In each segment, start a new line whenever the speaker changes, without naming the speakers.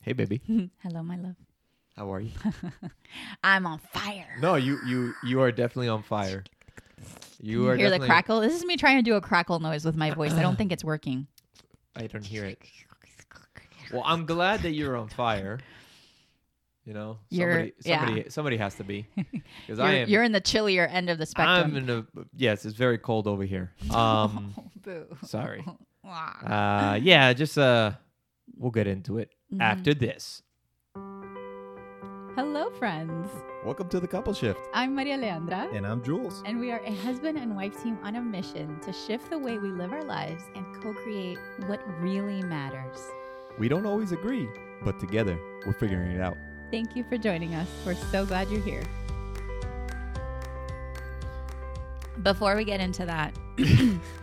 Hey, baby.
Hello, my love.
How are you?
I'm on fire.
No, you you you are definitely on fire. You
You
are
hear the
definitely-
crackle? This is me trying to do a crackle noise with my voice. I don't think it's working.
I don't hear it. Well, I'm glad that you're on fire. You know,
You're-
somebody
yeah.
somebody somebody has to be because
You're,
I am.
you're in the chillier end of the
I'm
spectrum.
in a yes. It's very cold over here. Um,
Oh, boo.
sorry.
Wah.
uh, yeah, just uh, we'll get into it
Mm-hmm.
after this.
Hello, friends.
Welcome to the couple shift.
I'm Maria Leandra.
And I'm Jules.
And we are a husband and wife team on a mission to shift the way we live our lives and co create what really matters.
We don't always agree, but together we're figuring it out.
Thank you for joining us. We're so glad you're here. Before we get into that,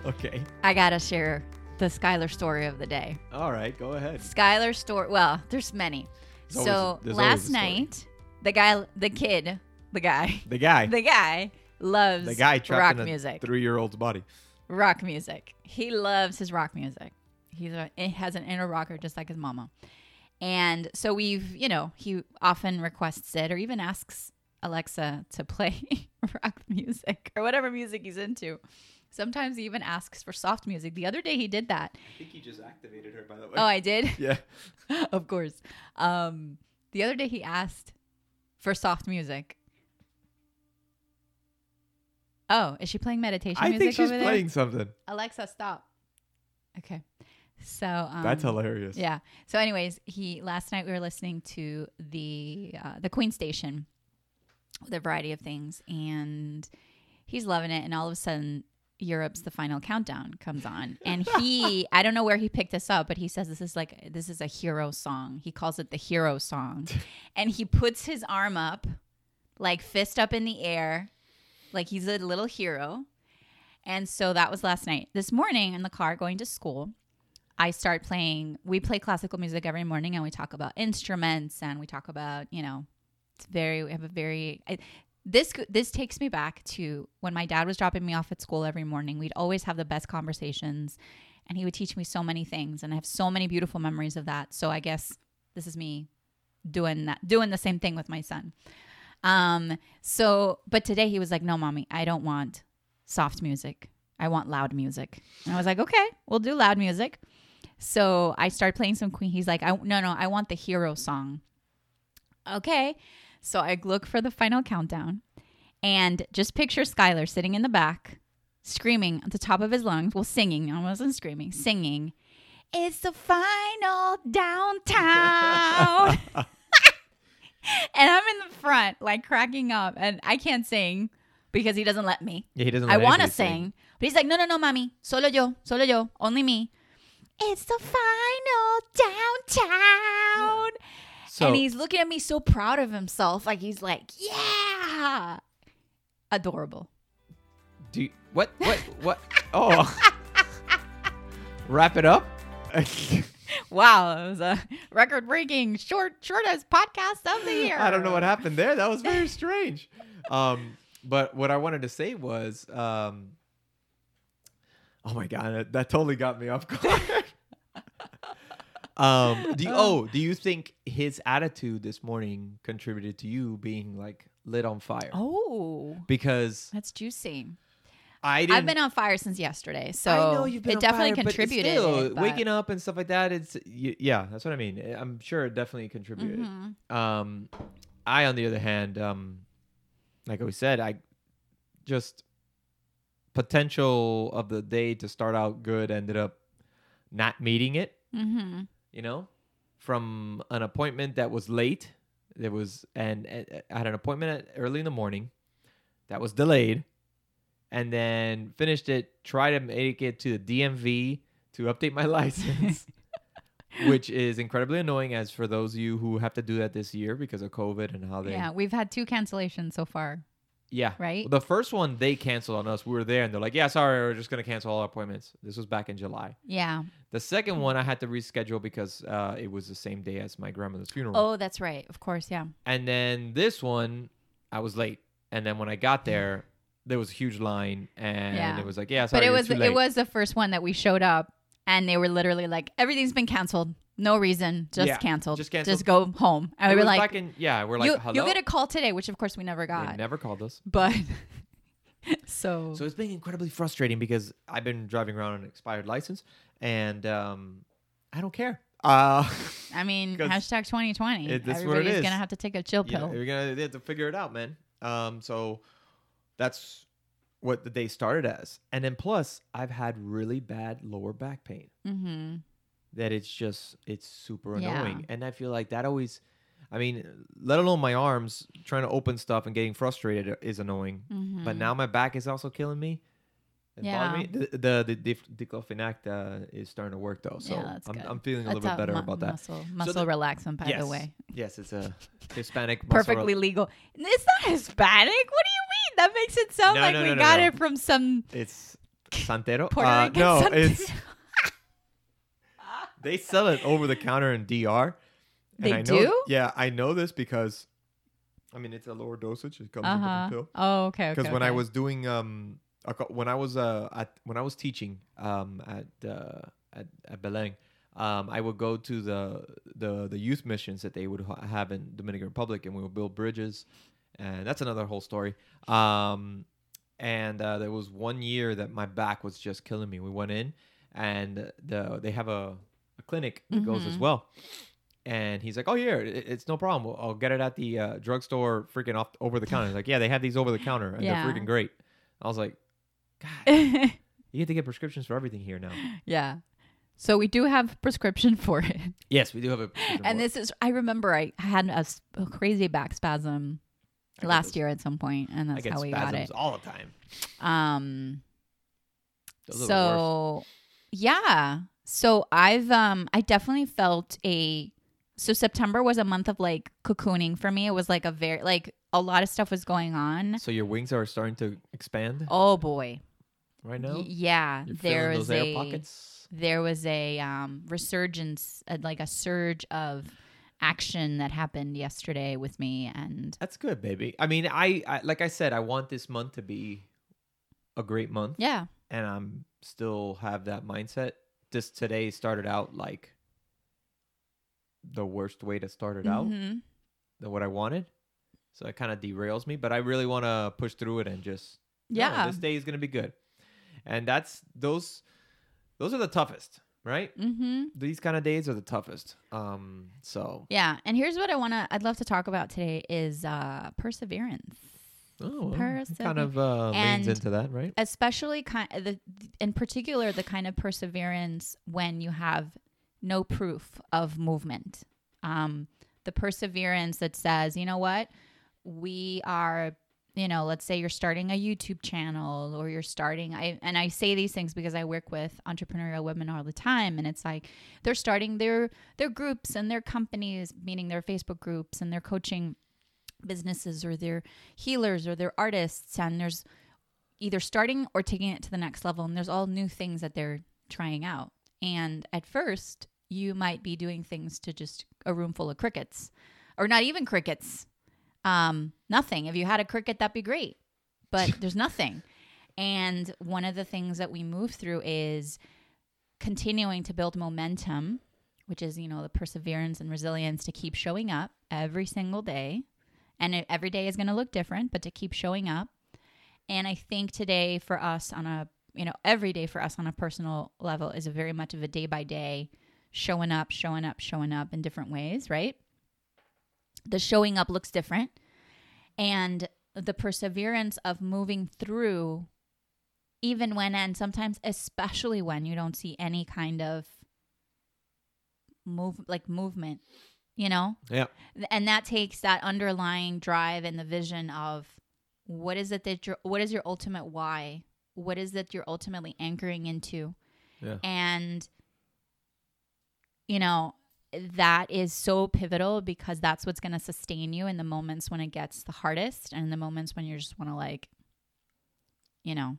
Okay.
I got to share the Skylar story of the day.
All right. Go ahead.
Skylar story, well, there's many.
There's
so
always- there's always a
last
story.
night, the guy, the kid, the guy,
The guy.
the guy loves
The guy trapped
rock
in a
music.
three-year-old's body.
rock music. He loves his rock music. He's a, he has an inner rocker just like his mama. And so we've, you know, he often requests it or even asks Alexa to play rock music or whatever music he's into. Sometimes he even asks for soft music. The other day he did that.
I think you just activated her, by the way.
Oh, I did?
yeah.
of course. Um, the other day he asked for soft music. Oh, is she playing meditation
I
music
think she's
over there?
playing something.
Alexa, stop. Okay. So um,
That's hilarious.
Yeah. So, anyways, he last night we were listening to the uh, the Queen Station with a variety of things, and he's loving it. And all of a sudden, Europe's the final countdown comes on, and he I don't know where he picked this up, but he says this is like this is a hero song. He calls it the hero song, and he puts his arm up, like fist up in the air, like he's a little hero. And so that was last night. This morning in the car going to school, I start playing. We play classical music every morning, and we talk about instruments, and we talk about you know, it's very we have a very I, this this takes me back to when my dad was dropping me off at school every morning. We'd always have the best conversations, and he would teach me so many things, and I have so many beautiful memories of that. So I guess this is me doing that, doing the same thing with my son. Um. So, but today he was like, "No, mommy, I don't want soft music. I want loud music." And I was like, "Okay, we'll do loud music." So I start playing some Queen. He's like, I, no, no, I want the hero song. Okay. So I look for the final countdown and just picture Skylar sitting in the back, screaming at the top of his lungs. Well, singing. I wasn't screaming, singing. It's the final downtown. and I'm in the front, like cracking up. And I can't sing because he doesn't let me.
Yeah, he doesn't.
I
let
want to
anybody
sing, but he's like, no, no, no, mommy, solo yo, solo yo, only me. It's the final downtown,
So
and he's looking at me so proud of himself, like he's like, yeah, adorable.
do you- what? What? What? Oh, wrap it up.
Wow, it was a record-breaking short, shortest podcast of the year.
I don't know what happened there. That was very strange. Um, but what I wanted to say was, um, oh my god, that, that totally got me off guard. um, do you, oh, do you think his attitude this morning contributed to you being like lit on fire?
Oh,
Because
that's juicy.
I didn't.
I've been on fire since yesterday, so
I know you've been
it
on
definitely
fire, but
contributed.
Still,
it, but-
waking up and stuff like that. It's y- yeah, that's what I mean. I- I'm sure it definitely contributed.
Mhm.
Um, I, on the other hand, um, like we said, I just potential of the day to start out good ended up not meeting it.
Mhm.
You know, from an appointment that was late. There was and and I had an appointment at, early in the morning that was delayed, and then finished it. Tried to make it to the DMV to update my license which is incredibly annoying as for those of you who have to do that this year because of COVID and how they
Yeah, we've had two cancellations so far.
Yeah.
Right?
The first one they canceled on us. We were there and they're like, "Yeah, sorry, we're just going to cancel all our appointments." This was back in July.
Yeah.
The
Mm.
second one I had to reschedule because uh, it was the same day as my grandmother's funeral.
Oh, that's right. Of course, yeah.
And then this one I was late. And then when I got there, there was a huge line and
Hmm. Yeah.
it was like, "Yeah, sorry,
but it
you're
was
too late."
it was the first one that we showed up and they were literally like everything's been canceled. no reason, just
Yeah,
canceled.
just canceled.
Just go home. And
It
we were
was
like,
back in- yeah, we're like,
you,
hello.
will get a call today, which of course we never
They
got.
never called us.
But so,
So it's been incredibly frustrating because I've been driving around on an expired license, and um, I don't care. Uh,
I mean,
'cause
hashtag 2020.
it- that's what it
Everybody's
is.
gonna have to take a chill
you know,
pill.
we're gonna they have to figure it out, man. Um, so that's what the day started as, and then plus I've had really bad lower back pain
mm-hmm.
that it's just it's super
Yeah.
annoying, and I feel like that always. I mean, let alone my arms trying to open stuff and getting frustrated is annoying.
Mm-hmm.
but now my back is also killing me. It's bothering
Yeah.
me. The the, the dif- diclofenac uh, is starting to work though, so
Yeah, that's
I'm,
good.
I'm feeling a little bit better about that.
Muscle, muscle relaxant, by
yes.
the way.
Yes, it's a Hispanic. muscle
Perfectly legal. It's not Hispanic. What do you mean? That makes it sound
No,
like
no,
we
no, no,
got
no.
it from some
rel- It's Santero.
Puerto
Uh,
Rican.
no,
something.
it's they sell it over the counter in DR. and
They
I know-
do?
yeah, I know this because, I mean, it's a lower dosage. It comes in a
uh
different
huh.
pill.
Oh, okay.
because
okay,
when I
okay.
was doing um a co- when I was uh at, when I was teaching um at uh, at at Belém um I would go to the the the youth missions that they would ha- have in Dominican Republic and we would build bridges and that's another whole story um and uh, there was one year that my back was just killing me we went in and the they have a, a clinic that goes as
Mhm.
well and he's like, "Oh yeah, it, it's no problem. We'll- I'll get it at the uh, drugstore, freaking off over the counter." He's like, "Yeah, they have these over the counter, and
Yeah.
they're freaking great." I was like, "God, you get to get prescriptions for everything here now."
yeah. So we do have prescription for it.
Yes, we do have a. prescription
And
for it.
this is, I remember I had a, s- a crazy back spasm
I get
last
those-
year at some point, and
I
that's
get
how we got
spasms
it.
all the time.
Um,
Those are the worst.
so yeah, so I've um, I definitely felt a. So September was a month of like cocooning for me. It was like a very like a lot of stuff was going on.
so your wings are starting to expand
Oh boy,
right
Y-
now.
yeah,
You're
there
feeling
was
those air
a
pockets.
there was a um, resurgence, uh, like a surge of action that happened yesterday with me, and
That's good, baby. I mean, I, I like I said, I want this month to be a great month,
yeah,
and I'm still have that mindset. Just today started out like the worst way to start it out
Mhm.
than what I wanted. So it kind of derails me, but I really want to push through it and just no,
Yeah.
this day is going to be good. And that's those those are the toughest, right?
mm-hmm.
These kind of days are the toughest. Um so
Yeah. And here's what I want to, I'd love to talk about today is uh, perseverance,
oh, well, it
Persever-
kind of uh, leans
and-
into that, right?
especially kind the, in particular, the kind of perseverance when you have no proof of movement. Um, the perseverance that says, you know what, we are, you know, let's say you're starting a YouTube channel or you're starting, I, and I say these things because I work with entrepreneurial women all the time. And it's like they're starting their, their groups and their companies, meaning their Facebook groups and their coaching businesses or their healers or their artists. And there's either starting or taking it to the next level. And there's all new things that they're trying out. And at first, you might be doing things to just a room full of crickets or not even crickets. Um, nothing. If you had a cricket, that'd be great, but there's nothing. And one of the things that we move through is continuing to build momentum, which is, you know, the perseverance and resilience to keep showing up every single day. And it- every day is going to look different, but to keep showing up and I think today for us on a, you know, every day for us on a personal level is a very much of a day by day showing up, showing up, showing up in different ways, right? The showing up looks different. And the perseverance of moving through, even when, and sometimes especially when you don't see any kind of move, like movement, you know?
Yeah.
Th- and that takes that underlying drive and the vision of what is it that your what is your ultimate why what is that you're ultimately anchoring into
Yeah.
and you know that is so pivotal because that's what's going to sustain you in the moments when it gets the hardest and in the moments when you just want to like you know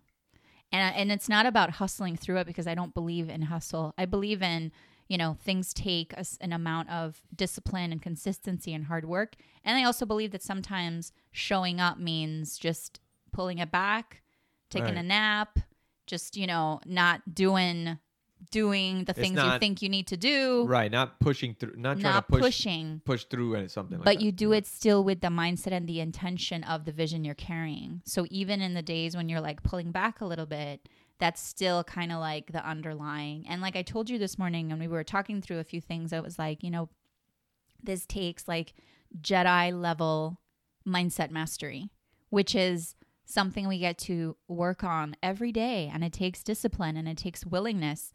and and it's not about hustling through it because I don't believe in hustle. I believe in you know things take us an amount of discipline and consistency and hard work. And I also believe that sometimes showing up means just pulling it back, taking
Right.
a nap, just you know not doing doing the things you
not-
think you need to do,
right? Not pushing through, not trying
not
to push
pushing.
push through and something. like
But
that.
you do it still with the mindset and the intention of the vision you're carrying. So even in the days when you're like pulling back a little bit, that's still kind of like the underlying. And like I told you this morning when we were talking through a few things, I was like, you know, this takes like Jedi level mindset mastery, which is something we get to work on every day. And it takes discipline and it takes willingness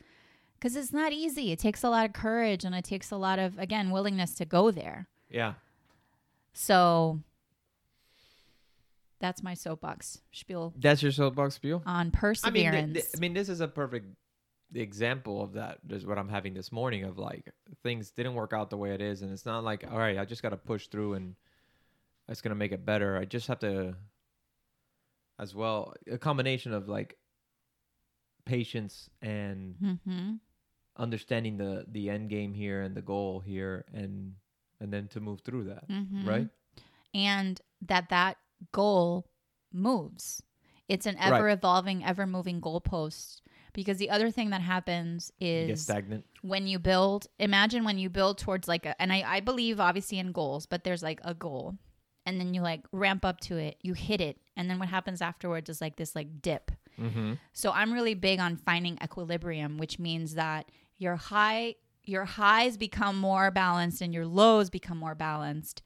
because it's not easy. It takes a lot of courage and it takes a lot of, again, willingness to go there.
Yeah.
So that's my soapbox spiel
That's your soapbox spiel.
on
I mean, th-
perseverance.
th- I mean, this is a perfect example of that. Is what I'm having this morning of like things didn't work out the way it is, and it's not like all right, I just got to push through and it's gonna make it better. I just have to, as well, a combination of like patience and
hmm
understanding the the end game here and the goal here, and and then to move through that,
Mhm.
right?
And that that goal moves. It's an
Right.
ever evolving, ever moving goalpost. Because the other thing that happens
You get
is
stagnant.
when you build imagine when you build towards like a, and I, I believe obviously in goals but there's like a goal and then you like ramp up to it you hit it and then what happens afterwards is like this like dip
Mm-hmm.
so i'm really big on finding equilibrium which means that your high your highs become more balanced and your lows become more balanced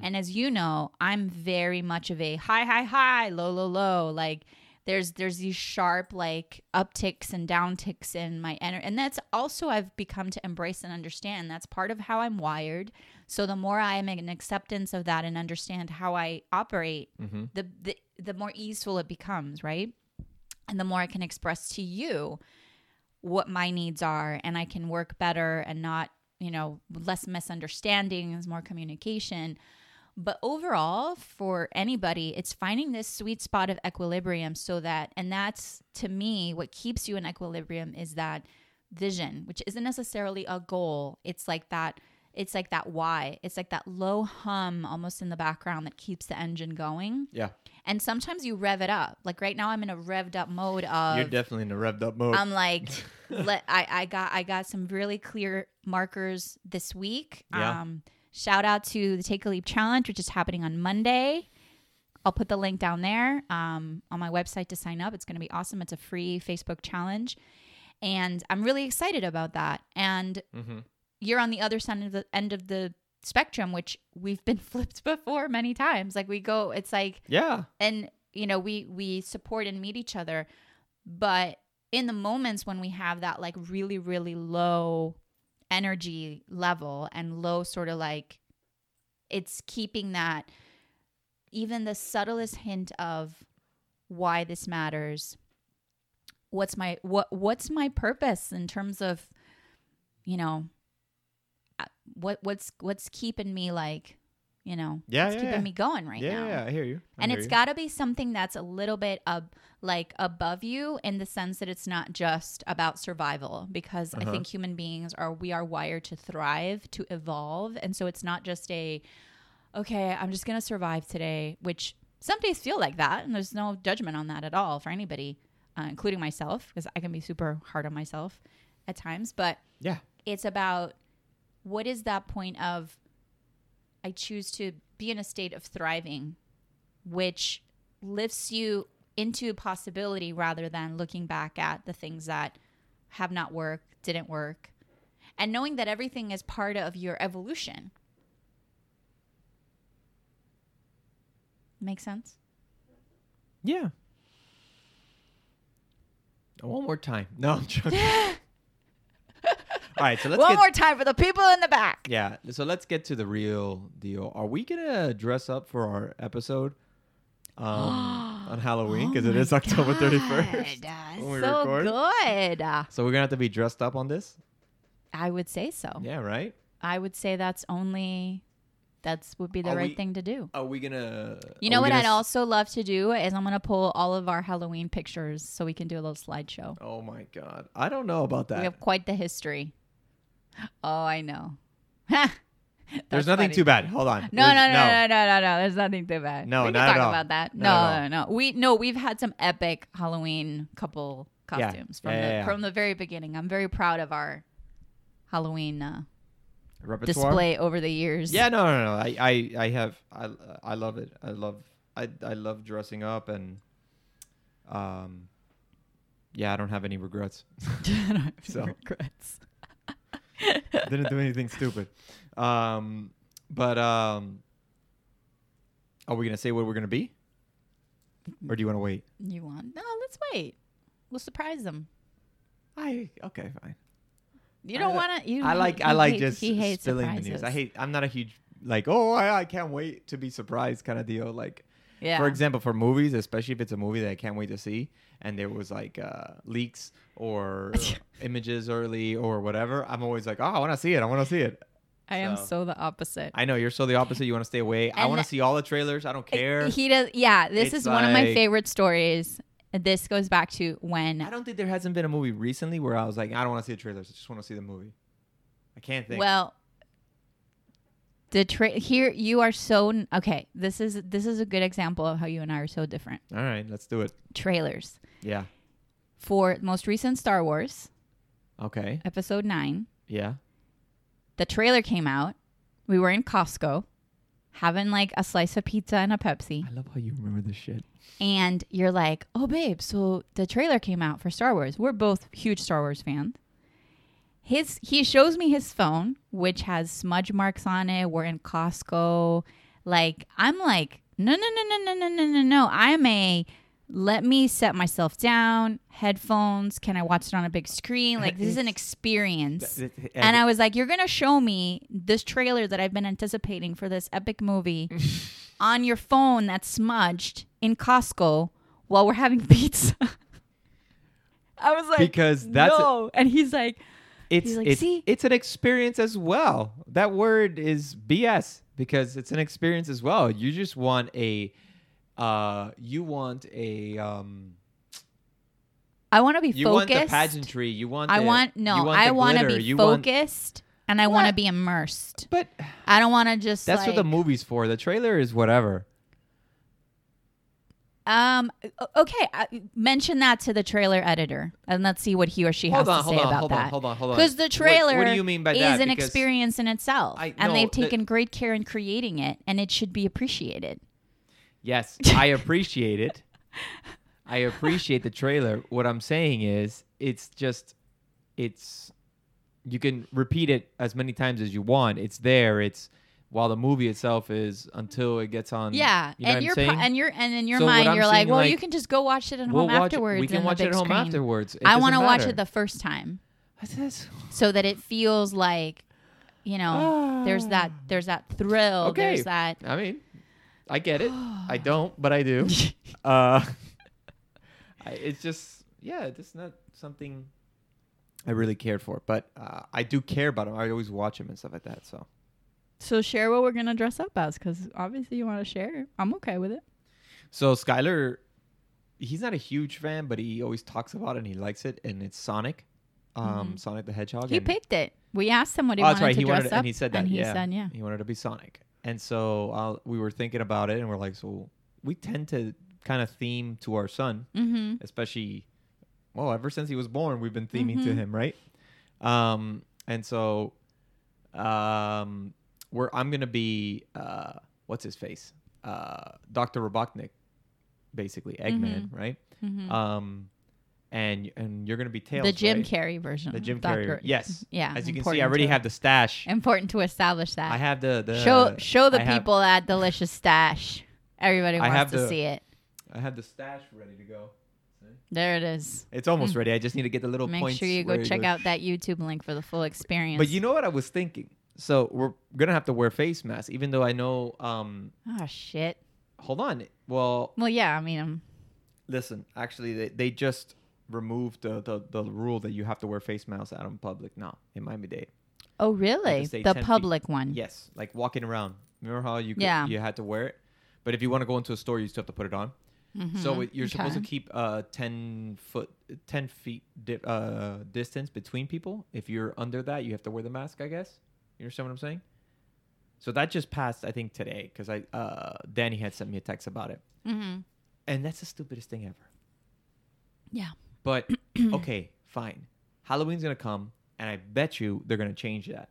and as you know i'm very much of a high high high low low low like there's there's these sharp like upticks and downticks in my energy and that's also i've become to embrace and understand that's part of how i'm wired so the more i am in acceptance of that and understand how i operate
Mhm.
the, the the more easeful it becomes right and the more i can express to you what my needs are and i can work better and not you know less misunderstandings more communication but overall, for anybody, it's finding this sweet spot of equilibrium so that, and that's to me what keeps you in equilibrium is that vision, which isn't necessarily a goal. It's like that, it's like that why. It's like that low hum almost in the background that keeps the engine going.
Yeah,
And sometimes you rev it up. Like right now, I'm in a revved up mode of.
you're definitely in the revved up mode.
I'm like, let I, I got I got some really clear markers this week.
Yeah.
Um shout out to the Take a Leap Challenge, which is happening on Monday. I'll put the link down there um, on my website to sign up. It's going to be awesome. It's a free Facebook challenge. And I'm really excited about that. And
Mhm.
you're on the other side of the end of the spectrum, which we've been flipped before many times. Like we go, it's like
Yeah,
and you know we we support and meet each other but in the moments when we have that like really really low energy level and low sort of like it's keeping that even the subtlest hint of why this matters what's my what what's my purpose in terms of you know uh, what what's what's keeping me like you know
yeah,
what's
yeah,
keeping
yeah.
me going right now
I hear you.
and it's got to be something that's a little bit ab- like above you in the sense that it's not just about survival because i
Uh-huh.
think human beings are we are wired to thrive to evolve and so it's not just a okay i'm just going to survive today which some days feel like that and there's no judgment on that at all for anybody uh, including myself because i can be super hard on myself at times but
yeah.
it's about what is that point of I choose to be in a state of thriving, which lifts you into possibility rather than looking back at the things that have not worked, didn't work, and knowing that everything is part of your evolution. Make sense?
Yeah. Oh, One more time. No, I'm joking. All right, so let's
One
get
more time for the people in the back.
yeah. So let's get to the real deal. Are we gonna dress up for our episode um, on Halloween because it is October 31st?
Oh God, uh,
when we
so
record.
good. Uh,
So we're gonna have to be dressed up on this.
I would say so.
Yeah, right.
I would say that's only that's would be the
Are
right
we-
thing to do.
Are we gonna?
You know
are we
what
gonna
I'd
s-
also love to do is I'm gonna pull all of our Halloween pictures so we can do a little slideshow.
Oh my god, I don't know about
We
that.
have quite the history. Oh, I know.
There's nothing too bad. Hold on.
No,
There's-
no, no, no, no, no, no. There's nothing too bad.
No,
we can
not at
talk
all.
about that.
Not
No,
at
no, no. We no, we've had some epic Halloween couple
Yeah.
costumes from
Yeah,
the
yeah, yeah.
from the very beginning. I'm very proud of our Halloween uh,
repertoire.
display over the years.
Yeah, no, no, no. I, I, I have, I, I love it. I love, I, I love dressing up and, um, yeah, I don't have any regrets.
I don't have any
So.
regrets.
Didn't do anything stupid. Um, but um, are we gonna say what we're gonna be, or do you want to wait?
You want? No, let's wait. We'll surprise them.
I okay, fine.
You
I
don't
li-
want to.
I like, I like just
he hates
spilling
surprises.
the news. I hate. I'm not a huge like. Oh, I, I can't wait to be surprised kind of deal. Like.
Yeah.
For example, for movies, especially if it's a movie that I can't wait to see, and there was like uh, leaks or images early or whatever, I'm always like, oh, I want to see it. I want to see it.
I am
so-
so the opposite.
I know you're so the opposite. You want to stay away. I
And
want to see all the trailers. I don't care.
He does. Yeah, this
It's
is one of my
like-
favorite stories. This goes back to
I
when.
don't think there hasn't been a movie recently where I was like, I don't want to see the trailers. I just want to see the movie. I can't think.
Well, the tra- here you are so n- okay. This is this is a good example of how you and I are so different.
all right, let's do it.
Trailers
Yeah.
for most recent Star Wars
Okay.
Episode Nine.
Yeah.
The trailer came out. We were in Costco, having like a slice of pizza and a Pepsi.
I love how you remember this shit.
and you're like, "Oh, babe, so the trailer came out for Star Wars. We're both huge Star Wars fans." His he shows me his phone, which has smudge marks on it. We're in Costco. Like I'm like, no, no, no, no, no, no, no, no, no. I'm a let me set myself down. Headphones. Can I watch it on a big screen? Like this is an
It's-
experience.
Th- th-
And I was like, you're going to show me this trailer that I've been anticipating for this epic movie on your phone that's smudged in Costco while we're having pizza. I was like,
Because that's-
no. And he's like,
it's
He's like,
it's,
"See?"
it's an experience as well. That word is BS because it's an experience as well. You just want a uh you want a um
I want to be
you
focused.
want the pageantry, you want
I
the-
want, no,
you want
I
the
want to
glitter,
be
you want-
focused and I want to
What?
be immersed.
but
I don't want to just
that's what the
like-
movie's for. The trailer is whatever.
Um. o- Okay. I, mention that to the trailer editor, and let's see what he or she
Hold
has
on,
to
hold
say
on,
about
hold on,
that.
hold on, hold on.
Because
What-
the
what do
trailer
you mean by
is
that?
an
Because-
experience in itself,
I-
and
no,
they've
the-
taken great care in creating it, and it should be appreciated.
Yes, I appreciate it. I appreciate the trailer. What I'm saying is, it's just, it's, you can repeat it as many times as you want. It's there. It's while the movie itself is until it gets on. Um,
Yeah,
you know what
and
I'm
you're pro-
saying.
and you're and in your
So what
mind
I'm
you're like,
saying,
well,
like,
you can just go watch it at
we'll
home
watch it-
afterwards.
We can
in
watch
the
it
big
at home
screen.
afterwards. It
I
doesn't
want to watch
matter.
it the first time,
That's- that's-
so that it feels like, you know, there's that there's that thrill.
Ah. Okay.
There's that.
I mean, I get it. I don't, but I do. uh, I, it's just, yeah, it's just not something I really cared for. But uh, I do care about them. I always watch them and stuff like that. So
So share what we're gonna dress up as, because obviously you want to share. I'm okay with it.
So Skyler, he's not a huge fan, but he always talks about it and he likes it, and it's Sonic, um, Sonic the Hedgehog.
Mm-hmm. He
and-
picked it. We asked him what he
Oh,
wanted
that's right.
to
He
dress
wanted,
up,
and he said that.
and he
yeah.
said, "Yeah,
he wanted to be Sonic. And so uh, we were thinking about it, and we're like, so we tend to kind of theme to our son,
mm-hmm.
especially well, ever since he was born, we've been theming to
Mhm.
him, right? Um, and so, um, we're I'm gonna be uh, what's his face, uh, Doctor Robotnik, basically Eggman, right?
Mhm.
Um, and and you're gonna be Tails,
the Jim
right?
Carrey version."
the Jim
Dr.
Carrey, yes,
Yeah.
As you can see,
important
I already
to-
have the stash.
important to establish that.
I have the the
show show the
I have-
people that delicious stash. Everybody
I
wants
have
to
the-
see it.
I have the stash ready to go.
There it is.
It's almost ready. I just need to get the little
Mm. Make
points.
sure you go
where it
check
goes.
out that YouTube link for the full experience.
But you know what I was thinking? So we're gonna have to wear face masks, even though I know. Um,
oh shit.
hold on. Well,
Well, yeah. I mean, um,
listen. Actually, they, they just removed the, the the rule that you have to wear face masks out in public now in Miami Dade.
oh really?
just say
The
10 feet.
public one.
Yes, like walking around. Remember how you could,
Yeah.
you had to wear it, but if you want to go into a store, you still have to put it on.
Mm-hmm.
So it, you're supposed to
Okay.
keep uh, ten foot, ten feet di- uh, distance between people. If you're under that, you have to wear the mask. I guess you understand what I'm saying. So that just passed, I think, today because I uh, Danny had sent me a text about it,
Mm-hmm.
and that's the stupidest thing ever.
Yeah.
But okay, fine. Halloween's gonna come, and I bet you they're gonna change that.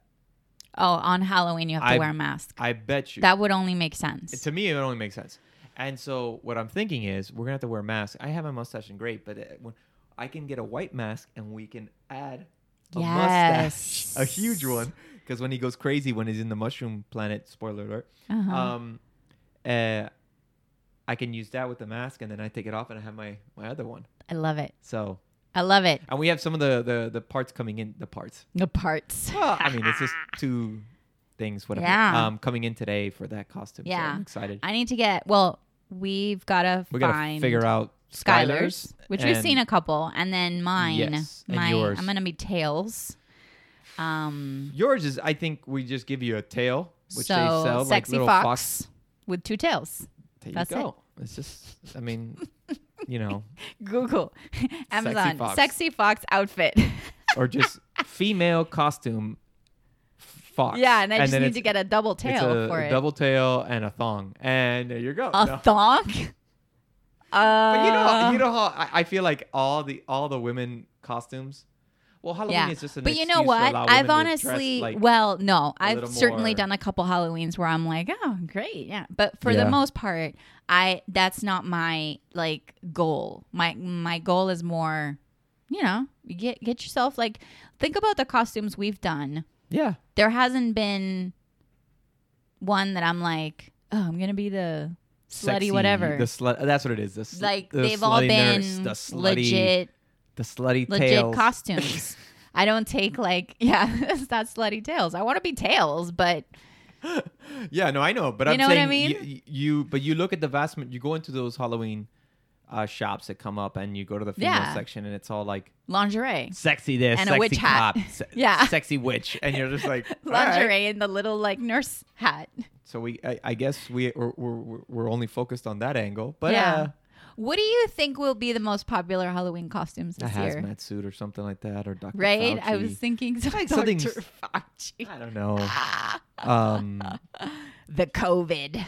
Oh, on Halloween you have to
I-
wear a mask.
I bet you.
that would only make sense.
to me, it only makes sense. And so what I'm thinking is we're gonna have to wear masks. I have my mustache and great, but uh, when I can get a white mask and we can add a mustache, a
Yes.
huge one, because when he goes crazy when he's in the mushroom planet, spoiler alert.
Uh-huh.
Um, uh, I can use that with the mask, and then I take it off and I have my my other one.
I love it.
So
I love it.
and we have some of the the, the parts coming in the parts.
The parts.
Well, I mean, it's just two things. Whatever.
Yeah.
Um, coming in today for that costume. So
Yeah.
I'm excited.
I need to get. Well, we've got to
we gotta
find
figure out Skylar's,
Skylar's, which we've
and-
seen a couple, and then mine.
Yes, and
my,
yours.
I'm gonna be tails. Um,
Yours is, I think, we just give you a tail, which
so
they sell like
sexy
little
fox,
fox.
with two tails.
There
That's it.
you go. It's just, I mean, you know,
Google, Amazon,
fox.
sexy fox outfit.
or just female costume fox.
yeah, and I just
then
need
it's-
to get a double tail
it's a
for it.
double tail and a thong, and there you go.
a
No.
thong. Uh,
But you know, you know how I, I feel like all the all the women costumes. Well, Halloween
yeah.
is just an
But you
excuse
know
to
what?
allow women to
I've
dress
honestly,
like-
well, no,
a
I've
little
certainly
more-
done a couple Halloweens where I'm like, oh, great, yeah. But for
Yeah.
the most part, I that's not my like goal. My my goal is more, you know, you get get yourself like think about the costumes we've done.
yeah,
There hasn't been one that I'm like, oh, I'm gonna be the slutty
sexy,
whatever.
The slut. That's what it is. The sl-
like
the
they've all
slutty
been
nurse, the slutty,
legit
the slutty
legit
tails.
costumes. I don't take like yeah, it's not slutty tails. I want to be tails, but
Yeah, no, I know, but
You
I'm
know what I
saying
mean?
you, you, but you look at the vast, ma- you go into those Halloween uh, shops that come up, and you go to the female
Yeah.
section, and it's all like
lingerie,
sexy this,
And a
sexy
witch hat.
cop, se-
Yeah.
sexy witch, and you're just like all right.
lingerie, and the little like nurse hat.
So we, I, I guess we, we're, we're, we're only focused on that angle, but
Yeah.
uh,
What do you think will be the most popular Halloween costumes
a
this year?
hazmat suit or something like that, or Dr.
Right? I
Fauci.
was thinking
Like
Dr.
something-
Fauci.
I don't know. um,
The COVID.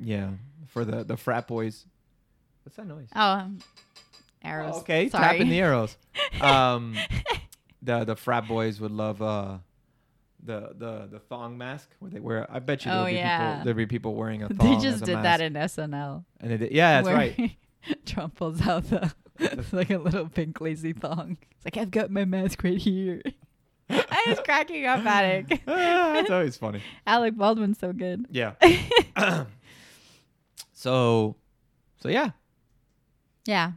yeah, for the the frat boys. What's that noise?
Oh, um, arrows.
Oh, okay,
Sorry.
tapping the arrows. Um, the the frat boys would love uh, the the the thong mask where they wear. I bet you there
Oh,
would be
yeah.
people there'd be people wearing a thong.
They just
as a
did
mask.
that in SNL.
and they did, yeah, that's
where
right.
Trump pulls out the like a little pink lazy thong. It's like I've got my mask right here. I was cracking up at it.
Ah, That's always funny.
Alec Baldwin's so good.
Yeah. so, so yeah,
Yeah.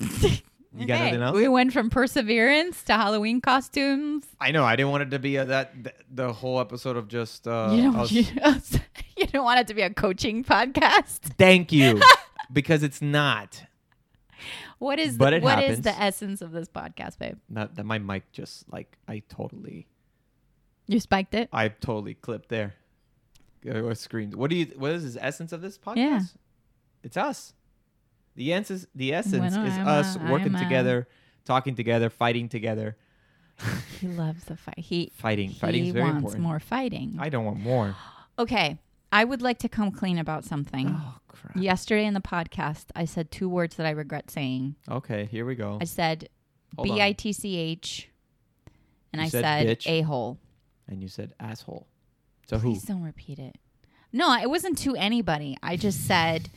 you got nothing else?
We went from perseverance to Halloween costumes.
I know. I didn't want it to be a, that th- the whole episode of just. Uh,
you don't
us-
you, don't- you don't want it to be a coaching podcast.
Thank you, because it's not.
What is
But
the,
it
what is
happens.
the essence of this podcast, babe?
Not that my mic just like I totally.
You spiked it.
I totally clipped there. I was screamed. What do you? What is the essence of this podcast?
Yeah.
It's us. The essence. The essence
Bueno,
is
I'm
us
a-
working
I'm a-
together, talking together, fighting together,
He loves the fight. He
fighting. Fighting
he
is very
wants
important.
more fighting.
I don't want more.
okay, I would like to come clean about something.
Oh crap.
Yesterday in the podcast, I said two words that I regret saying.
Okay, here we go.
I said
Hold on.
B I T C H, and
You
I
said
said
bitch.
a hole.
And you said asshole. So who?
Please don't repeat it. No, it wasn't to anybody. I just said,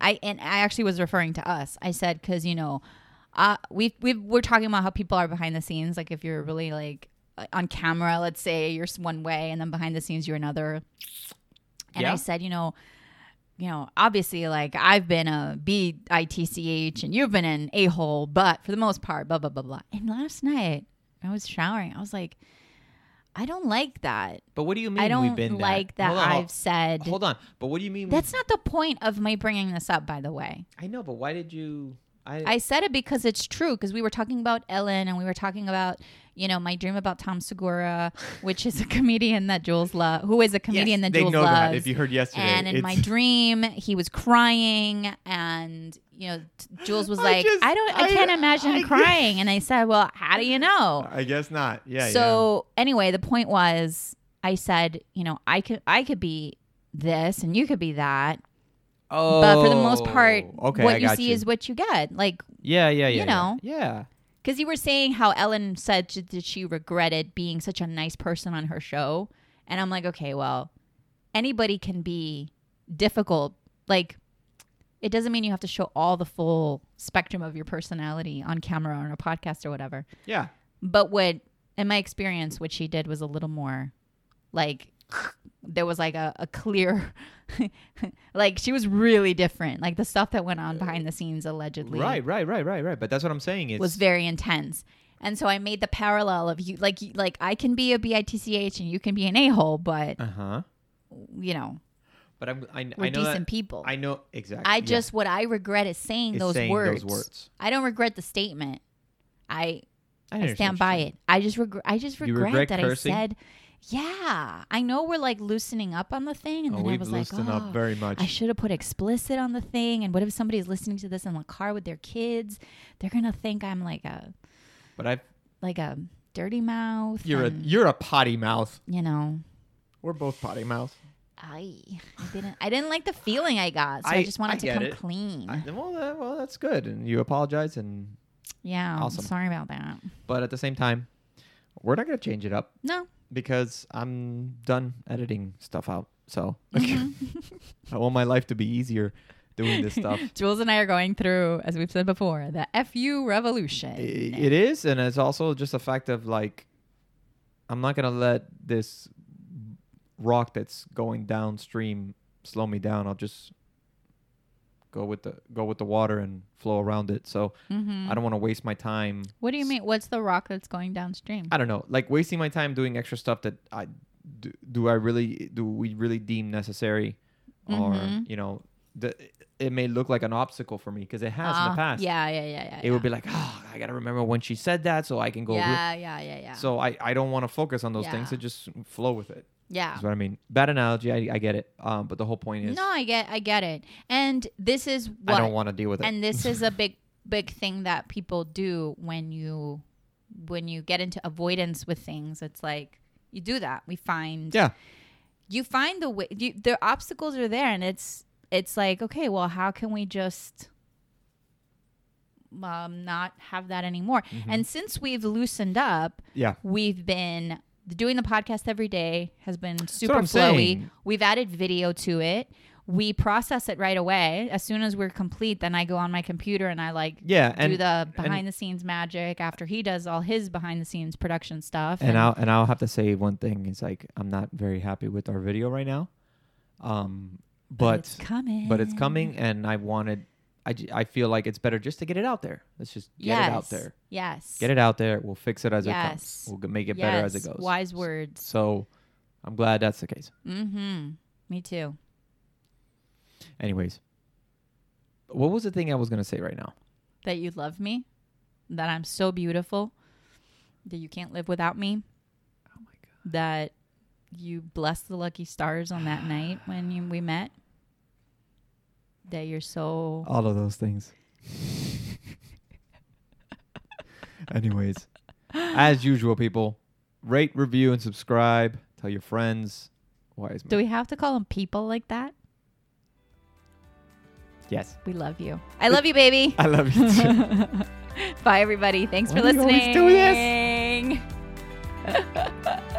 I and I actually was referring to us. I said because you know, uh, we we we're talking about how people are behind the scenes. Like if you're really like uh, on camera, let's say you're s- one way, and then behind the scenes you're another. And I
Yeah.
said, you know, you know, obviously, like I've been a B I T C H, and you've been an a hole, but for the most part, blah blah blah blah. And last night I was showering. I was like, I don't like that.
But what do you mean?
I don't
we've been
like that,
Hold on,
I've said.
Hold on. But what do you mean?
That's not the point of my bringing this up, by the way.
I know, but why did you?
I said it because it's true. Because we were talking about Ellen, and we were talking about you know my dream about Tom Segura, which is a comedian that Jules loves, who is a comedian that
they
Jules
know
loves.
that. If you heard yesterday,
and in my
it's-
dream, he was crying, and you know t- Jules was
I
like,
just-
"I don't, I,
I-
can't imagine
I-
crying." And I said, "Well, how do you know?"
I guess not. Yeah.
so anyway, the point was, I said, you know, I could, I could be this, and you could be that,
Oh,
but for the most part,
Oh, Okay,
what
I
you
got
see
you.
is what you get. Like,
yeah, yeah, yeah.
you
yeah.
know.
yeah.
because you were saying how Ellen said sh- that she regretted being such a nice person on her show, and I'm like, okay, well, anybody can be difficult. Like, it doesn't mean you have to show all the full spectrum of your personality on camera or on a podcast or whatever.
Yeah.
But what, in my experience, what she did was a little more like there was like a, a clear, like she was really different. Like the stuff that went on behind the scenes allegedly
Uh, Right, right, right, right, right. But that's what I'm saying. It's
was very intense. And so I made the parallel of you, like, you- like I can be a bitch and you can be an a hole, but
uh huh.
you know
But I'm I, I
we're
know
decent
that,
people. I,
I know exactly. yeah,
just what I regret is saying,
is
those,
saying
words.
those words.
I don't regret the statement. I
I,
I
understand
stand
what
by
you're saying.
it. I just regret. I just
You
regret,
regret
that
cursing?
I said, yeah. I know we're like loosening up on the thing, and
Oh,
then I
we've
was like,
loosened
"Oh,
up very much.
I should have put explicit on the thing. And what if somebody's listening to this in the car with their kids? They're gonna think I'm like a
but I,
like a dirty mouth.
you're a
and-
you're a potty mouth.
you know,
We're both potty mouth.
I I didn't I didn't like the feeling I got, so I,
I-
just
I
wanted to
get
come
it.
clean.
I- well, that, well, that's good, and you apologize, and
yeah,
Awesome.
sorry about that.
but at the same time, we're not gonna change it up
No,
because I'm done editing stuff out. So I want my life to be easier doing this stuff.
Jules and I are going through, as we've said before, the fu revolution.
I- it is, and it's also just a fact of like, I'm not gonna let this rock that's going downstream slow me down. I'll just go with the go with the water and flow around it. So
Mhm.
I don't want to waste my time.
What do you mean? What's the rock that's going downstream?
I don't know, like wasting my time doing extra stuff that I do, do I really do we really deem necessary, or
Mhm.
you know, the, it may look like an obstacle for me because it has in
Ah,
the past.
Yeah, yeah, yeah, yeah.
It would be like, oh, I gotta remember when she said that, so I can go. re-
Yeah, yeah, yeah, yeah.
So I, I don't want to focus on those things.
Yeah.
It just flow with it.
yeah.
Is what I mean. Bad analogy. I, I get it. Um, but the whole point is,
No, I get, I get it. And this is what
I don't want to deal with it.
and this is a big big thing that people do when you when you get into avoidance with things it's like you do that we find
yeah,
you find the way you, the obstacles are there and it's it's like okay well how can we just um, not have that anymore
Mm-hmm.
and since we've loosened up
yeah.
we've been doing the podcast every day has been super
what I'm
flowy
saying.
we've added video to it we process it right away as soon as we're complete then i go on my computer and i like
Yeah, and-
do the behind the scenes magic after he does all his behind the scenes production stuff
And I'll and I'll have to say one thing is like I'm not very happy with our video right now, um, but
it's coming
but it's
Mm.
coming, and I wanted. I, j- I feel like it's better just to get it out there. Let's just get
yes.
it out there.
yes
Get it out there. We'll fix it as
Yes.
it comes. We'll g- make it better as it goes.
wise words
So, I'm glad that's the case.
mm-hmm me too
Anyways, what was the thing I was gonna say right now?
that you love me that i'm so beautiful that you can't live without me
Oh my god.
that you blessed the lucky stars on that night when you, we met. That you're so
All of those things. Anyways, as usual, people, rate, review, and subscribe. Tell your friends. Wise
Do
man.
we have to call them people like that?
yes.
We love you. I love you, baby.
I love you too.
Bye, everybody. Thanks
Why
for
do you always
listening.
do this?